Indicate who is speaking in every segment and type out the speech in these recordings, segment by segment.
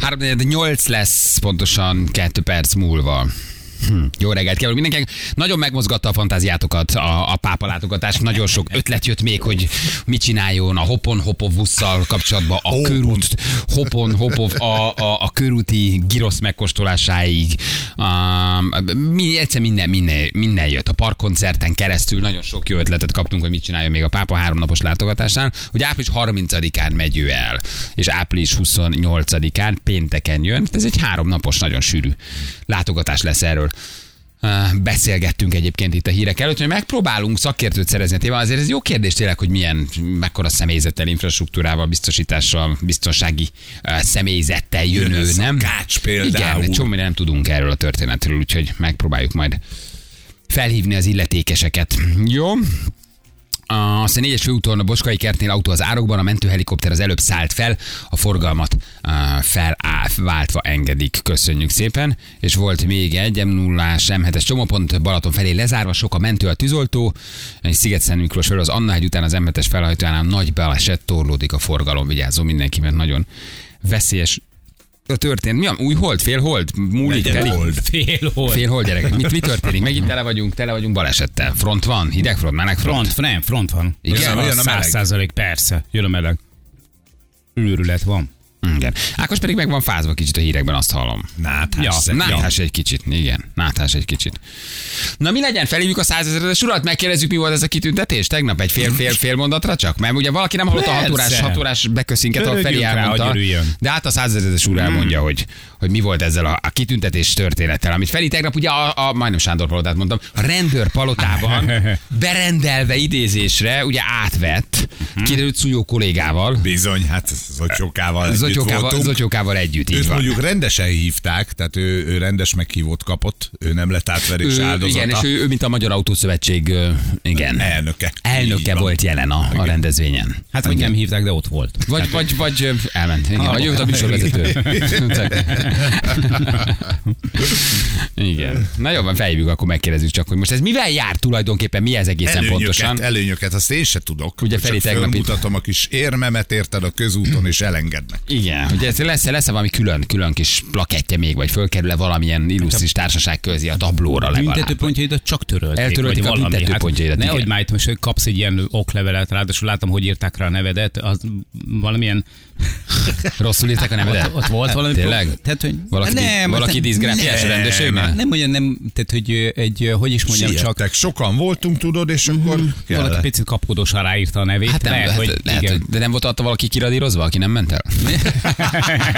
Speaker 1: 3 8 lesz pontosan 2 perc múlva. Hm. Jó reggelt kívánok mindenkinek. Nagyon megmozgatta a fantáziátokat a, a pápa látogatás. Nagyon sok ötlet jött még, hogy mit csináljon a hopon hopovusszal kapcsolatban a körút, hopon hopov a, a, a körúti girosz megkóstolásáig. Um, mi, egyszer minden, minden, minden jött. A parkkoncerten keresztül nagyon sok jó ötletet kaptunk, hogy mit csináljon még a pápa háromnapos látogatásán. Hogy április 30-án megy ő el, és április 28-án pénteken jön. Ez egy háromnapos, nagyon sűrű látogatás lesz erről beszélgettünk egyébként itt a hírek előtt, hogy megpróbálunk szakértőt szerezni a témában. Azért ez jó kérdés tényleg, hogy milyen, mekkora személyzettel, infrastruktúrával, biztosítással, biztonsági eh, személyzettel jönő,
Speaker 2: ez a
Speaker 1: nem?
Speaker 2: Kács például.
Speaker 1: Igen, csomó nem tudunk erről a történetről, úgyhogy megpróbáljuk majd felhívni az illetékeseket. Jó? A- Aztán négyes főúton a Boskai kertnél autó az árokban, a mentőhelikopter az előbb szállt fel, a forgalmat á, felváltva engedik. Köszönjük szépen. És volt még egy m 0 M7-es csomópont Balaton felé lezárva, sok a mentő a tűzoltó, és sziget Miklós felől az Anna hegy után az M7-es felhajtójánál nagy baleset torlódik a forgalom. Vigyázzon mindenki, mert nagyon veszélyes történt. Mi a új hold, fél hold, múlik,
Speaker 2: Legyen
Speaker 1: telik?
Speaker 2: hold.
Speaker 3: Fél hol.
Speaker 1: Fél hol gyerekek? Mit, mi történik? Megint tele vagyunk, tele vagyunk balesettel. Front van, hidegfront, melegfront.
Speaker 3: Front, nem, front van.
Speaker 1: Igen,
Speaker 3: Jön a-
Speaker 2: jön a meleg.
Speaker 3: száz százalék, persze. Jön a meleg. Őrület van.
Speaker 1: Igen. Ákos pedig meg van fázva kicsit a hírekben, azt hallom.
Speaker 2: Náthás
Speaker 1: ja,
Speaker 2: szerintem.
Speaker 1: náthás egy kicsit, igen, náthás egy kicsit. Na mi legyen, felhívjuk a százezeres urat, megkérdezzük, mi volt ez a kitüntetés tegnap, egy fél, fél, fél mondatra csak? Mert ugye valaki nem hallotta a
Speaker 3: Persze.
Speaker 1: hatórás, hatórás beközszinket, ahol
Speaker 3: Örögjünk
Speaker 1: Feri
Speaker 3: rá,
Speaker 1: elmondta.
Speaker 3: hogy örüljön.
Speaker 1: De hát a százezeres úr elmondja, hogy, hogy mi volt ezzel a, a kitüntetés történettel, amit Feri tegnap ugye a, a majdnem Sándor palotát mondtam, a rendőr palotában berendelve idézésre ugye átvett, kiderült szújó kollégával,
Speaker 2: Bizony, hát Zotyókával együtt
Speaker 1: Zotyókával,
Speaker 2: voltunk.
Speaker 1: Zotyókával együtt, így
Speaker 2: Őt
Speaker 1: van.
Speaker 2: mondjuk rendesen hívták, tehát ő, ő rendes meghívót kapott, ő nem lett átverés
Speaker 1: Ő,
Speaker 2: áldozata.
Speaker 1: igen, és ő, ő, mint a Magyar Autószövetség, ö, igen.
Speaker 2: Elnöke. Így
Speaker 1: Elnöke
Speaker 2: van.
Speaker 1: volt jelen a, a rendezvényen.
Speaker 3: Hát, hogy nem hívták, de ott volt.
Speaker 1: Vagy, vagy, vagy ö, elment. Igen,
Speaker 2: Ah,
Speaker 1: vagy jött a műsorvezető. igen. Na jó, van, felhívjuk, akkor megkérdezzük csak, hogy most ez mivel jár tulajdonképpen, mi ez egészen
Speaker 2: előnyöket,
Speaker 1: pontosan.
Speaker 2: Előnyöket, azt én se tudok.
Speaker 1: Ugye
Speaker 2: Csak
Speaker 1: Feri tegnap itt-
Speaker 2: fölmutatom a kis érmemet, érted a közúton, és elengednek.
Speaker 1: Igen, hogy ez lesz, lesz valami külön, külön kis plakettje még, vagy fölkerül-e valamilyen illusztris társaság közé a tablóra legalább.
Speaker 3: Büntetőpontjaidat csak törölték.
Speaker 1: Eltörölték
Speaker 3: vagy
Speaker 1: a
Speaker 3: valami.
Speaker 1: büntetőpontjaidat,
Speaker 3: Hát,
Speaker 1: igen.
Speaker 3: nehogy már itt most hogy kapsz egy ilyen oklevelet, ráadásul láttam, hogy írták rá a nevedet, az valamilyen...
Speaker 1: Rosszul írták a nevedet?
Speaker 3: Ott, ott volt valami...
Speaker 1: Tényleg?
Speaker 3: pro- Tehát, hogy...
Speaker 1: Valaki, nem, valaki diszgráfiás a
Speaker 2: nem.
Speaker 1: rendőrségnél?
Speaker 3: Nem olyan nem, tehát hogy ö, egy, ö, hogy is mondjam, csak
Speaker 2: Siettek, sokan voltunk, tudod, és
Speaker 1: Mhm.
Speaker 2: akkor
Speaker 3: valaki
Speaker 2: kellett.
Speaker 3: picit kapkodósan ráírta a nevét.
Speaker 1: Hát nem, lehet, hogy, lehet,
Speaker 3: igen.
Speaker 1: hogy, de nem volt adta valaki kiradírozva, aki nem ment el?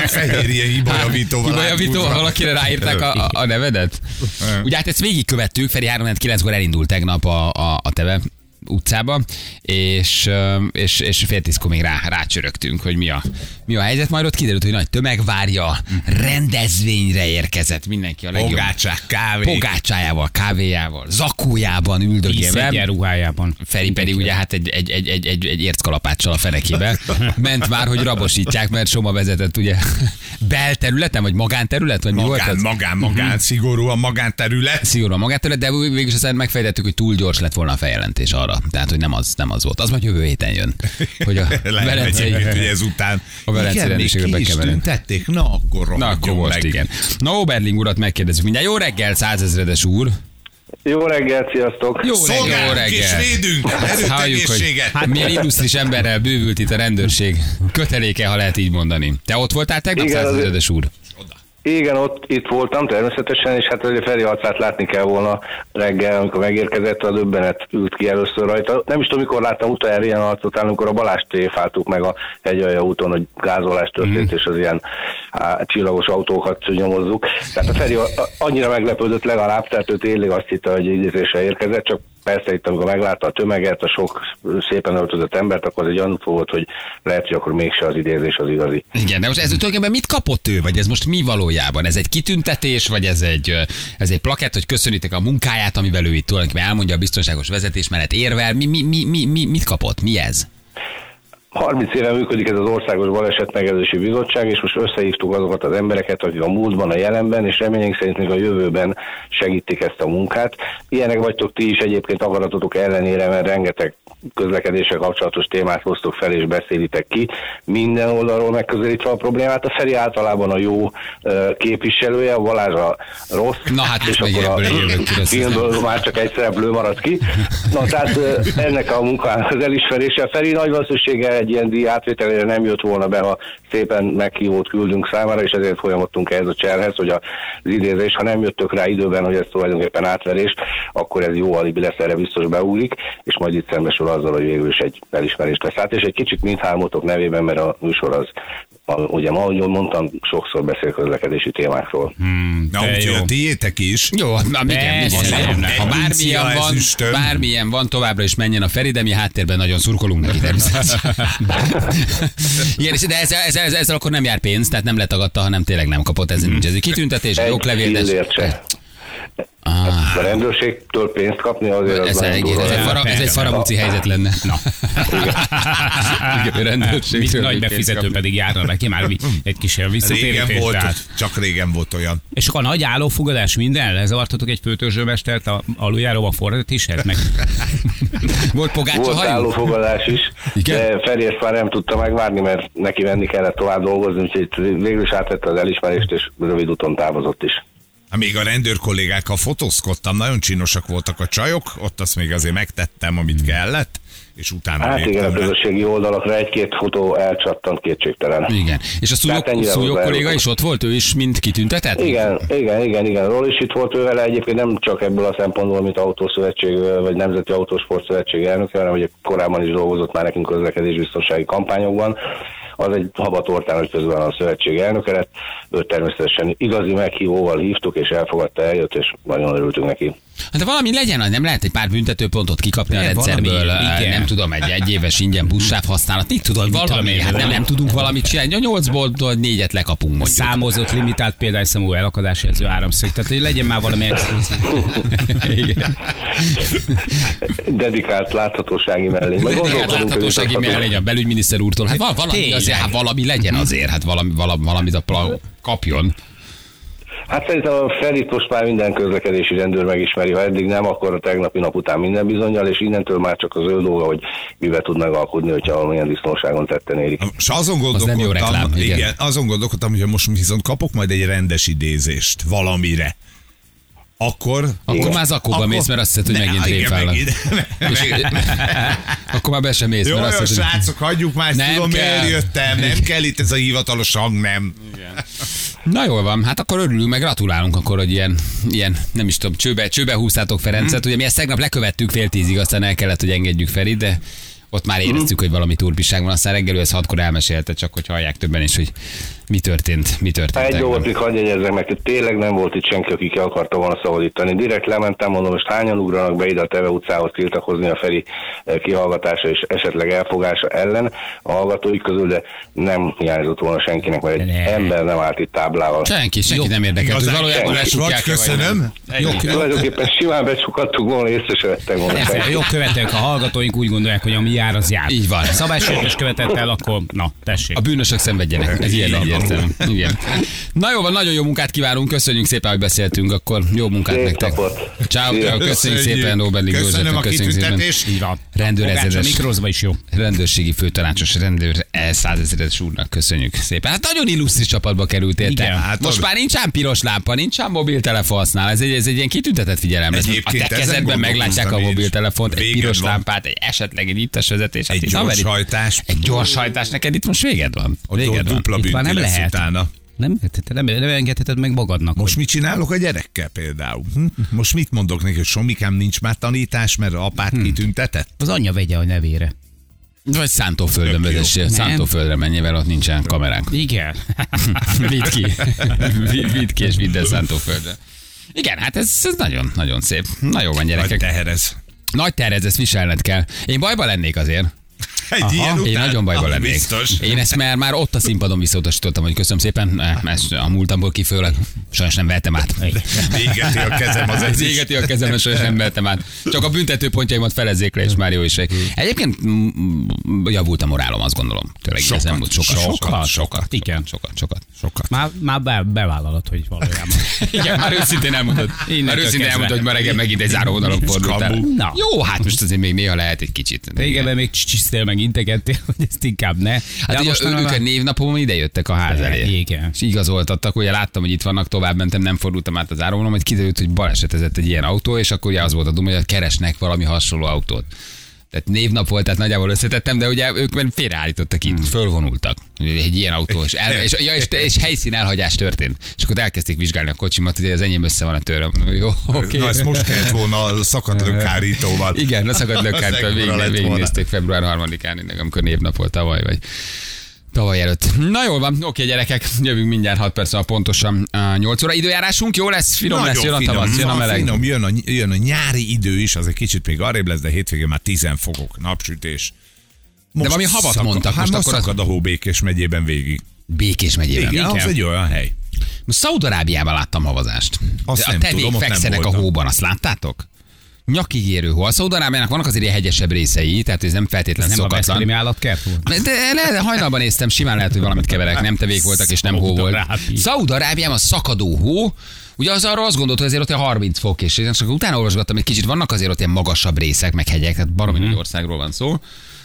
Speaker 2: Fehérje hibajavítóval.
Speaker 1: Kibajavító,
Speaker 2: áthúzva.
Speaker 1: valakire ráírták a, a, a nevedet? Ugye hát ezt végigkövettük, Feri 3-9-kor elindult tegnap a, a, a teve utcába, és, ö, és, és fél tízkor még rá, rácsörögtünk, hogy mi a, mi a helyzet. Majd ott kiderült, hogy nagy tömeg várja, rendezvényre érkezett mindenki a legjobb.
Speaker 2: Pogácsák, kávé.
Speaker 1: Pogácsájával, kávéjával, zakójában
Speaker 3: Iszegyen
Speaker 1: üldögélve.
Speaker 3: ruhájában.
Speaker 1: Feri pedig ugye hát egy, egy, egy, egy, egy, egy érckalapáccsal a fenekébe. Ment már, hogy rabosítják, mert Soma vezetett ugye belterületen, vagy magánterület, vagy mi volt Mhm.
Speaker 2: Magán,
Speaker 1: az?
Speaker 2: magán, magán, szigorúan magánterület.
Speaker 1: Szigorúan magától, de végül aztán megfejtettük, hogy túl gyors lett volna a feljelentés arra. Tehát, hogy nem az, nem az volt. Az majd jövő héten jön. Hogy a
Speaker 2: Lehet,
Speaker 1: velencei...
Speaker 2: egyébként, hogy ezután.
Speaker 1: A Velencei
Speaker 2: Igen, még
Speaker 1: rendőrségre
Speaker 2: ki
Speaker 1: be
Speaker 2: is
Speaker 1: kell menni.
Speaker 2: tüntették, na akkor
Speaker 1: Na akkor
Speaker 2: rohadjon
Speaker 1: most,
Speaker 2: meg.
Speaker 1: igen. Na, Oberling urat megkérdezzük mindjárt. Jó reggel, százezredes úr!
Speaker 4: Jó reggelt, sziasztok!
Speaker 1: Jó
Speaker 2: Szolgálunk és védünk,
Speaker 1: Hát halljuk, hogy
Speaker 2: erőteljességet.
Speaker 1: hát milyen illusztris emberrel bővült itt a rendőrség. Köteléke, ha lehet így mondani. Te ott voltál tegnap,
Speaker 4: Igen, az-
Speaker 1: százezredes úr?
Speaker 4: Igen, ott itt voltam természetesen, és hát ugye Feri arcát látni kell volna reggel, amikor megérkezett, a döbbenet ült ki először rajta. Nem is tudom, mikor láttam utoljára ilyen arcot, talán, amikor a Balázs tréfáltuk meg a hegyalja úton, hogy gázolás történt, mm. és az ilyen á, csillagos autókat nyomozzuk. Tehát a Feri a- a- annyira meglepődött legalább, tehát ő tényleg azt hitte, hogy idézésre érkezett, csak persze itt, amikor meglátta a tömeget, a sok szépen öltözött embert, akkor az egy gyanú volt, hogy lehet, hogy akkor mégse az idézés az igazi.
Speaker 1: Igen, de most ez tulajdonképpen mit kapott ő, vagy ez most mi valójában? Ez egy kitüntetés, vagy ez egy, ö, ez egy plakett, hogy köszönitek a munkáját, amivel ő itt tulajdonképpen elmondja a biztonságos vezetés mellett érvel. Mi, mi, mi, mi, mi mit kapott? Mi ez?
Speaker 4: 30 éve működik ez az Országos Baleset Megelőzési Bizottság, és most összehívtuk azokat az embereket, akik a múltban, a jelenben, és reményénk szerint még a jövőben segítik ezt a munkát. Ilyenek vagytok ti is egyébként akaratotok ellenére, mert rengeteg közlekedéssel kapcsolatos témát hoztok fel és beszélitek ki. Minden oldalról megközelítve a problémát. A Feri általában a jó ö, képviselője, a Balázs a rossz.
Speaker 1: Na hát,
Speaker 4: és
Speaker 1: most megint
Speaker 4: akkor
Speaker 1: ebből jövök ki,
Speaker 4: a
Speaker 1: ezt
Speaker 4: filmből már csak egy szereplő maradt ki. Na tehát ö, ennek a munkának az elismerése. Feri nagy valószínűséggel egy ilyen díj átvételére nem jött volna be, ha szépen meghívót küldünk számára, és ezért folyamodtunk ehhez a cserhez, hogy az idézés, ha nem jöttök rá időben, hogy ez tulajdonképpen átverés, akkor ez jó alibi lesz, erre biztos beúlik, és majd itt szembesül azzal, hogy végül is egy elismerést vesz át, és egy kicsit mindhármótok nevében, mert a műsor az a, ugye ma, ahogy mondtam, sokszor beszél közlekedési témákról.
Speaker 2: Na,
Speaker 3: De
Speaker 2: úgyhogy
Speaker 3: jó.
Speaker 2: a tiétek is.
Speaker 1: Jó, hát na, igen,
Speaker 3: Persze,
Speaker 1: igen,
Speaker 3: nem, nem.
Speaker 1: Ha bármilyen
Speaker 2: Francia
Speaker 1: van,
Speaker 2: ezüstöm.
Speaker 1: bármilyen van, továbbra is menjen a Feri, de mi háttérben nagyon szurkolunk neki természetesen. Igen, és de ezzel, ezzel, ezzel, ezzel, akkor nem jár pénz, tehát nem letagadta, hanem tényleg nem kapott. Ez nincs, ez egy kitüntetés, egy
Speaker 4: Egy
Speaker 1: oklevél, de...
Speaker 4: fillért se.
Speaker 1: Ah,
Speaker 4: A rendőrségtől pénzt kapni azért
Speaker 1: ez,
Speaker 4: az nagyon
Speaker 1: egy,
Speaker 4: durva.
Speaker 1: ez, egy fara, ez egy faramúci helyzet lenne. Na. Igen, rendőrség.
Speaker 3: Mit nagy befizető pedig járna neki, már mi- egy kis ilyen
Speaker 2: Régen
Speaker 3: visszatérítés.
Speaker 2: volt,
Speaker 3: tehát.
Speaker 2: csak régen volt olyan.
Speaker 3: És akkor a nagy állófogadás minden? Lezavartatok egy főtörzsőmestert a aluljáróba forradott is? Hát meg...
Speaker 1: Volt pogácsa
Speaker 4: Hát Volt
Speaker 1: hajó?
Speaker 4: állófogadás is,
Speaker 1: Hát, Igen?
Speaker 4: de Feri ezt már nem tudta megvárni, mert neki menni kellett tovább dolgozni, úgyhogy végül is átvette az elismerést, és rövid úton távozott is.
Speaker 2: Hát Még a rendőr kollégákkal fotózkodtam, nagyon csinosak voltak a csajok, ott azt még azért megtettem,
Speaker 1: Hmm.
Speaker 2: amit kellett, és utána
Speaker 4: Hát igen, a
Speaker 2: léptem le.
Speaker 4: közösségi oldalakra egy-két fotó elcsattant kétségtelen.
Speaker 1: Igen. És a szúlyog,
Speaker 4: Tehát ennyire
Speaker 1: szúlyog
Speaker 4: volt
Speaker 1: kolléga
Speaker 4: elrúgva.
Speaker 1: is ott volt, ő is mind kitüntetett?
Speaker 4: Igen, igen, igen, igen. Ról is itt volt ő vele egyébként nem csak ebből a szempontból, mint autószövetség vagy Nemzeti Autósport Szövetség elnöke, hanem ugye korábban is dolgozott már nekünk közlekedésbiztonsági kampányokban. Az egy habatortán, hogy közben a szövetség elnöke lett. Őt természetesen igazi meghívóval hívtuk, és elfogadta, eljött, és nagyon örültünk neki.
Speaker 1: Hát de valami legyen, az nem lehet egy pár büntetőpontot kikapni a
Speaker 3: De
Speaker 1: rendszerből,
Speaker 3: valami,
Speaker 1: eh,
Speaker 3: igen.
Speaker 1: nem tudom, egy egyéves ingyen buszsáv használat, mit tudom, valami,
Speaker 3: én,
Speaker 1: hát nem,
Speaker 3: valami.
Speaker 1: nem tudunk valamit csinálni, a nyolcból négyet lekapunk mondjuk.
Speaker 3: Számozott, limitált példányszámú elakadás jelző áramszög. Tehát hogy legyen már valami exkluzív. Igen.
Speaker 4: Dedikált láthatósági mellény. Majd
Speaker 1: Igen,
Speaker 4: gondolkodunk, hogy
Speaker 1: láthatósági
Speaker 4: juttatunk.
Speaker 1: mellény a belügyminiszter úrtól. Hát val- valami,
Speaker 3: Tényleg. Mhm.
Speaker 1: azért, hát valami legyen azért, hát valami, valami, valamit a pla- kapjon.
Speaker 4: Hát szerintem a Ferit most már minden közlekedési rendőr megismeri, ha eddig nem, akkor a tegnapi nap után minden bizonyal, és innentől már csak az ő dolga, hogy mivel tud megalkudni, hogyha valamilyen disznóságon tetten érik.
Speaker 2: És azon
Speaker 1: nem jó
Speaker 2: gondolkodtam,
Speaker 1: reklám, igen.
Speaker 2: igen. igen, azon gondolkodtam, hogy most viszont kapok majd egy rendes idézést valamire. Akkor...
Speaker 1: Akkor már zakóba mész, mert azt hiszed, hogy
Speaker 2: Ne,
Speaker 1: megint
Speaker 2: igen,
Speaker 1: tréfálnak.
Speaker 2: megint.
Speaker 1: És, akkor már be sem mész,
Speaker 2: Jó,
Speaker 1: mert
Speaker 2: jó,
Speaker 1: azt
Speaker 2: jó,
Speaker 1: mondod, hogy-
Speaker 2: srácok, hagyjuk már, ezt
Speaker 1: Nem
Speaker 2: tudom,
Speaker 1: kell.
Speaker 2: miért jöttem, nem kell itt ez a hivatalos hang, nem.
Speaker 1: Na jól van, hát akkor örülünk, meg gratulálunk akkor, hogy ilyen, ilyen nem is tudom, csőbe, csőbe húztátok Ferencet. Ugye mi ezt tegnap lekövettük fél tízig, aztán el kellett, hogy engedjük Ferit, de ott már éreztük, hogy valami turbiság van, aztán reggel ő ezt hatkor elmesélte, csak hogy hallják többen is, hogy mi történt, mi történt.
Speaker 4: Egy
Speaker 1: tegnap.
Speaker 4: dolgot még hagyj jegyezzek meg, hogy tényleg nem volt itt senki, aki ki akarta volna szabadítani. Direkt lementem, mondom, most hányan ugranak be ide a Teve utcához tiltakozni a Feri eh, kihallgatása és esetleg elfogása ellen a hallgatói közül, de nem hiányzott volna senkinek, mert egy
Speaker 3: Ne.
Speaker 4: ember nem állt itt táblával.
Speaker 1: Senki, senki nem érdekel, hogy
Speaker 2: Igazán
Speaker 1: valójában
Speaker 2: kell.
Speaker 1: lesúgják
Speaker 2: Rocs, köszönöm.
Speaker 1: Jó,
Speaker 4: Tulajdonképpen simán becsukadtuk volna, észre se vettem volna.
Speaker 3: Persze,
Speaker 4: senki.
Speaker 3: a jogkövetők, a hallgatóink úgy gondolják, hogy ami jár, az jár.
Speaker 1: Így van.
Speaker 3: Szabálysértés követett el, akkor na, tessék.
Speaker 1: A bűnösök szenvedjenek. Ez ilyen
Speaker 2: Így van.
Speaker 1: egyértelmű. Igen. Na jó van, nagyon jó munkát kívánunk, köszönjük szépen, hogy beszéltünk, akkor jó munkát
Speaker 4: Szép
Speaker 1: nektek.
Speaker 4: napot.
Speaker 1: Ciao,
Speaker 4: Szia.
Speaker 1: köszönjük szépen, Robert Lig
Speaker 2: Köszönöm a
Speaker 1: köszönjük szépen.
Speaker 2: kitüntetést.
Speaker 3: Így van.
Speaker 1: Rendőrezedes.
Speaker 3: Fogács A mikrozva is jó.
Speaker 1: Rendőrségi főtanácsos rendőr E. százezeres úrnak köszönjük szépen. Hát nagyon illusztris csapatba kerültél te.
Speaker 3: Igen,
Speaker 1: Hát
Speaker 2: hát
Speaker 1: Most
Speaker 2: az-
Speaker 1: már nincs ám piros lámpa, nincs ám mobiltelefon használ. Ez egy, ez egy ilyen kitüntetett figyelem. lesz. A te
Speaker 2: Egyébként ezen
Speaker 1: kezedben meglátják a
Speaker 2: gondolkoztam én is.
Speaker 1: mobiltelefont, egy
Speaker 2: Véged
Speaker 1: piros
Speaker 2: van.
Speaker 1: lámpát, egy esetleg egy ittes vezetés. Hát
Speaker 2: Egy
Speaker 1: itt
Speaker 2: gyors
Speaker 1: haveri-
Speaker 2: hajtás.
Speaker 1: egy gyors hajtás, neked itt most véged van.
Speaker 2: Ott
Speaker 1: Véged van.
Speaker 2: dupla
Speaker 3: Itt már
Speaker 2: bünti
Speaker 3: nem
Speaker 2: lesz
Speaker 3: lehet.
Speaker 2: utána.
Speaker 3: Nem, te- te nem, nem engedheted meg magadnak.
Speaker 2: Most mit csinálok a gyerekkel például? Hm? Most mit mondok neki, hogy Somikám nincs már tanítás, mert apát kitüntetett?
Speaker 3: Az anyja vegye a nevére.
Speaker 1: Vagy szántóföldön
Speaker 2: Tök jó.
Speaker 1: vezessél,
Speaker 3: Nem.
Speaker 1: szántóföldre mennyivel ott nincsen kameránk.
Speaker 3: Igen.
Speaker 1: vidd ki. Vidd- Vidd ki és vidd el szántóföldre. Igen, hát ez, ez nagyon, nagyon szép. Na jó van,
Speaker 2: Vagy
Speaker 1: gyerekek.
Speaker 2: teherez.
Speaker 1: Nagy terhez, ezt viselned kell. Én bajba lennék azért.
Speaker 2: Egy
Speaker 1: Aha,
Speaker 2: ilyen
Speaker 1: én
Speaker 2: után?
Speaker 1: nagyon bajba
Speaker 2: Az
Speaker 1: lennék.
Speaker 2: Biztos.
Speaker 1: Én ezt már, már ott a színpadon visszautasítottam, hogy köszönöm szépen, ezt a múltamból kifőleg sajnos nem vehetem át.
Speaker 2: Égeti a kezem
Speaker 1: Ez
Speaker 2: az egyik.
Speaker 1: égeti a kezem, és nem vehetem át. Csak a büntető pontjaimat felezzék le, és már jó is. Egyébként mm, mm, javult a morálom, azt gondolom. Tényleg sokat,
Speaker 2: Sokat,
Speaker 1: nem volt sokat.
Speaker 2: sokat,
Speaker 1: sokat,
Speaker 3: igen.
Speaker 1: sokat, sokat.
Speaker 2: Sokat.
Speaker 3: Már, már be, bevállalod, hogy valójában.
Speaker 1: Igen, már őszintén elmondod. Már
Speaker 3: Innentől
Speaker 1: őszintén
Speaker 3: kezdve.
Speaker 1: elmondod, hogy ma reggel megint egy záró vonalon fordult el.
Speaker 2: Skambú.
Speaker 3: Na.
Speaker 1: Jó, hát most azért még néha lehet egy kicsit.
Speaker 3: Régebben még csicsisztél, meg integettél, hogy ezt inkább ne.
Speaker 1: Hát ugye
Speaker 3: most
Speaker 1: most ők a névnapomon ide jöttek a ház elé.
Speaker 3: Igen.
Speaker 1: És igazoltattak, ugye láttam, hogy itt vannak, tovább mentem, nem fordultam át az áramon, majd kiderült, hogy balesetezett egy ilyen autó, és akkor ugye az volt a duma, hogy keresnek valami hasonló autót. Tehát névnap volt, tehát nagyjából összetettem, de ugye ők már félreállítottak itt, fölvonultak. Egy ilyen autó, és, el, és, ja, és, és helyszín elhagyás történt. És akkor elkezdték vizsgálni a kocsimat, hogy az enyém össze van a töröm. Jó, oké.
Speaker 2: Na, ezt most kellett volna a szakadt lökhárítóval.
Speaker 1: Igen, a szakadt
Speaker 2: Az
Speaker 1: lökkártól
Speaker 2: ekkora lett
Speaker 1: végig,
Speaker 2: volna.
Speaker 1: végignézték február 3-án, ennek, amikor névnap volt tavaly, vagy tavaly előtt. Na jól van, oké gyerekek, jövünk mindjárt 6 perc a pontosan á, 8 óra időjárásunk, jó lesz, finom
Speaker 2: Nagyon
Speaker 1: lesz, jön a tavasz, jön a meleg.
Speaker 2: Finom, jön, a, jön a nyári idő is, az egy kicsit még arrébb lesz, de hétvégén már 10 fokok, napsütés. Most
Speaker 1: valami havat
Speaker 2: szakad-
Speaker 1: mondtak,
Speaker 2: hát
Speaker 1: most
Speaker 2: most
Speaker 1: akkor az-
Speaker 2: szakad a hó Békés megyében végig.
Speaker 1: Békés megyében.
Speaker 2: Igen, az egy olyan hely.
Speaker 1: Szaudarábiában láttam havazást.
Speaker 2: Azt
Speaker 1: a
Speaker 2: nem
Speaker 1: tevék
Speaker 2: tudom, ott nem
Speaker 1: fekszenek a
Speaker 2: voltam.
Speaker 1: hóban, azt láttátok? Nyakig érő hó. A Szaudarábiának vannak azért ilyen hegyesebb részei, tehát ez nem feltétlen
Speaker 3: Nem a
Speaker 1: szokatlan.
Speaker 3: Veszprémi állatkert volt?
Speaker 1: De le, hajnalban néztem, simán lehet, hogy valamit keverek, nem tevék voltak és nem hó volt.
Speaker 3: Szaúd-Arábia.
Speaker 1: Szaúd-Arábiában szakadó hó, ugye az arra azt gondolt, hogy azért ott ilyen 30 fok, és én csak utána olvasgattam egy kicsit, vannak azért ott ilyen magasabb részek, meg hegyek, tehát baromi nagy országról van szó.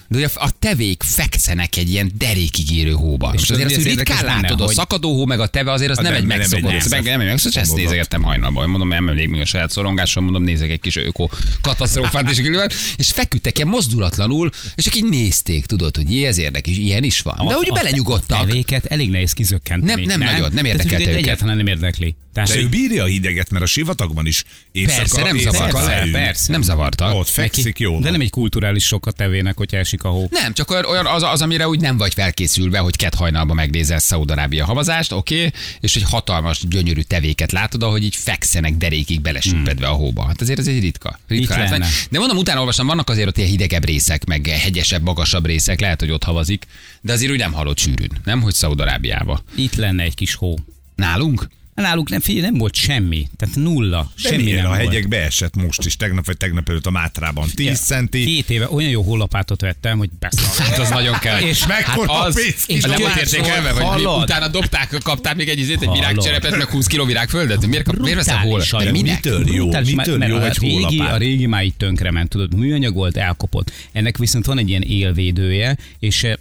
Speaker 1: De ugye a tevék fekszenek egy ilyen derékig érő hóban. És
Speaker 3: az
Speaker 1: azért azt
Speaker 3: miért
Speaker 1: hogy ritkán
Speaker 3: érdekes benne,
Speaker 1: látod, a
Speaker 3: hogy-
Speaker 1: szakadó hó meg a teve azért az
Speaker 2: Az
Speaker 1: nem
Speaker 2: nem-
Speaker 1: egy
Speaker 2: nem egy
Speaker 1: megszokott.
Speaker 2: megszokott.
Speaker 1: Meg, nem egy megszokott, és ezt
Speaker 2: Gondolom.
Speaker 1: nézegettem hajnalban. Mondom, nem emlékszem még a saját szorongásom, mondom, nézek egy kis öko katasztrófát, és, külön, és feküdtek ilyen mozdulatlanul, és csak így nézték, tudod, hogy jé, ez érdekes, ilyen is van. De úgy
Speaker 3: A- a
Speaker 1: belenyugodtak.
Speaker 3: Tevéket elég nehéz kizökkenteni.
Speaker 1: Nem- nem nagyon, nem
Speaker 3: Tehát,
Speaker 1: érdekelte
Speaker 3: hogy
Speaker 1: őket.
Speaker 3: Egyáltalán nem érdekli. Tehát
Speaker 2: De ő bírja a hideget, mert a sivatagban is éjszaka,
Speaker 1: Persze, nem
Speaker 2: éjszaka
Speaker 1: zavarta.
Speaker 2: leül.
Speaker 1: Persze. Nem zavarta.
Speaker 2: Ott fekszik jól.
Speaker 3: De nem egy kulturális sok a tevének, hogyha esik a hó.
Speaker 1: Nem, csak olyan, olyan az, az, amire úgy nem vagy felkészülve, hogy kett hajnalba megnézel Szaudarábia havazást, oké, okay, és egy hatalmas, gyönyörű tevéket látod, ahogy így fekszenek derékig belesüppedve a hóba. Hát azért ez egy ritka. ritka
Speaker 3: Itt
Speaker 1: látvány.
Speaker 3: Hmm. lenne.
Speaker 1: De mondom, utána olvastam, vannak azért ott ilyen hidegebb részek, meg hegyesebb, magasabb részek, lehet, hogy ott havazik, de azért úgy nem halott sűrűn, nem, hogy Szaudarábiába.
Speaker 3: Itt lenne egy kis hó.
Speaker 1: Nálunk?
Speaker 3: Náluk nem, figyelj, nem volt semmi. Tehát nulla.
Speaker 2: De
Speaker 3: semmi
Speaker 2: miért?
Speaker 3: nem
Speaker 2: a
Speaker 3: volt.
Speaker 2: hegyek beesett most is, tegnap vagy tegnap előtt a Mátrában 10 centi.
Speaker 3: Két éve olyan jó hollapátot vettem, hogy beszartam.
Speaker 1: Hát az nagyon kell.
Speaker 3: És
Speaker 2: mekkora pénz
Speaker 1: és
Speaker 3: kis
Speaker 1: nem volt
Speaker 3: dobás
Speaker 1: értékelve,
Speaker 3: volt.
Speaker 1: vagy mi?
Speaker 3: Hallod?
Speaker 1: utána dobták, kapták még egy izét, egy
Speaker 3: Hallod?
Speaker 1: virágcserepet, meg 20 kg virágföldet. Miért, kap, miért veszel hol?
Speaker 3: Brutális
Speaker 1: De
Speaker 3: ajánló.
Speaker 1: minek?
Speaker 2: Mitől jó?
Speaker 3: Brutális,
Speaker 2: Mitől
Speaker 3: mert-
Speaker 2: jó
Speaker 3: mert
Speaker 2: egy
Speaker 3: a régi,
Speaker 2: hólapát?
Speaker 3: a régi már így tönkre ment, tudod, műanyag volt, elkopott. Ennek viszont van egy ilyen élvédője, és eh,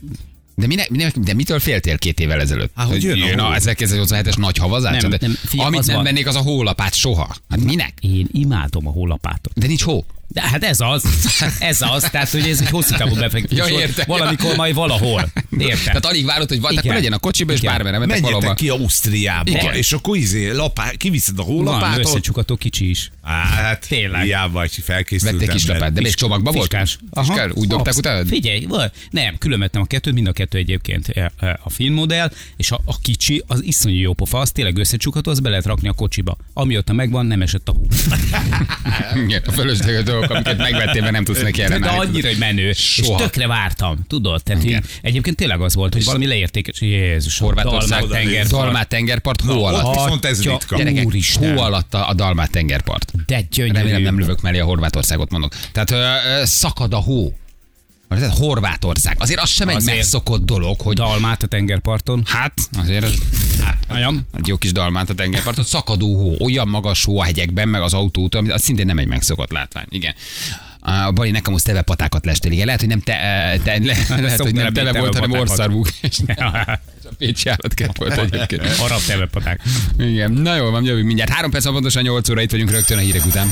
Speaker 1: De, minek, minek, de mitől féltél két évvel ezelőtt?
Speaker 2: Há, hogy jön a hó.
Speaker 1: a 1987-es nagy havazás?
Speaker 3: Nem,
Speaker 1: Hát,
Speaker 3: nem, figyelj,
Speaker 1: amit
Speaker 3: az
Speaker 1: nem
Speaker 3: van.
Speaker 1: vennék, az a hólapát soha. Hát minek?
Speaker 3: én imádom a hólapátot.
Speaker 1: De nincs hó.
Speaker 3: De hát ez az, ez az, tehát hogy ez egy hosszú távú befektetés
Speaker 1: Ja,
Speaker 3: volt.
Speaker 1: értem.
Speaker 3: Valamikor majd valahol. Érted?
Speaker 1: Tehát alig várod, hogy van, akkor
Speaker 3: Igen.
Speaker 1: legyen a kocsiba, és
Speaker 3: Igen.
Speaker 1: bármerre mentek
Speaker 2: Menjetek
Speaker 1: valahova.
Speaker 2: ki Ausztriába,
Speaker 1: Igen.
Speaker 2: és akkor izé, lapá, kiviszed a
Speaker 3: Van
Speaker 2: hólapátot.
Speaker 3: összecsukató kicsi is.
Speaker 2: Á, hát
Speaker 3: Tényleg.
Speaker 2: Hiába, hogy felkészült
Speaker 1: Vettek kis
Speaker 2: ember.
Speaker 1: lapát, de még csomagba volt?
Speaker 3: Fiskás.
Speaker 1: Fiskál, úgy dobták
Speaker 3: Absz-
Speaker 1: utána?
Speaker 3: Figyelj, volt. nem, külön vettem a kettőt, mind a kettő egyébként e, e, a filmmodell, és a, a kicsi, az iszonyú jó pofa, az tényleg összecsukható, az be lehet rakni a kocsiba. Amióta megvan, nem esett a hú.
Speaker 1: Igen, a fölösleges dolgok, amiket megvettél, mert nem tudsz neki
Speaker 3: De
Speaker 1: ellenállni.
Speaker 3: annyira, hogy menő.
Speaker 1: Soha.
Speaker 3: És tökre vártam, tudod? Tehát így,
Speaker 1: Igen.
Speaker 3: egyébként tényleg az volt, hogy valami leértékes. Jézus,
Speaker 1: Horvátország
Speaker 3: Dalmát
Speaker 1: tenger,
Speaker 3: tenger.
Speaker 1: Dalmát tengerpart, hó
Speaker 2: Ott
Speaker 1: alatt.
Speaker 2: viszont ez
Speaker 3: Atya
Speaker 2: ritka.
Speaker 3: úr-
Speaker 1: Gyerekek,
Speaker 3: Úristen.
Speaker 1: hó alatt a, a Dalmát tengerpart.
Speaker 3: De gyönyörű.
Speaker 1: Remélem nem lövök mellé a Horvátországot mondok. Tehát ö, ö, szakad a hó. Tehát Horvátország. Azért az sem egy
Speaker 3: Azért.
Speaker 1: megszokott dolog, hogy
Speaker 3: Dalmát a tengerparton.
Speaker 1: hát azért az-
Speaker 3: Anyam,
Speaker 1: egy jó kis dalmát a tengerpartot, szakadó hó, olyan magas hó a hegyekben, meg az autót, ami az szintén nem egy megszokott látvány. Igen. A Bali nekem most teve patákat lesteli. Igen, Lehet, hogy nem te, te le, lehet, hogy nem
Speaker 3: Szoktam
Speaker 1: tele
Speaker 3: említeni
Speaker 1: volt,
Speaker 3: a
Speaker 1: hanem
Speaker 3: patákat.
Speaker 1: orszarbúk. És a Pécsi állatkert volt egyébként.
Speaker 3: arab tevepaták.
Speaker 1: Igen, na jól van, jövünk mindjárt. Három perc van pontosan 8 óra, itt vagyunk rögtön a hírek után.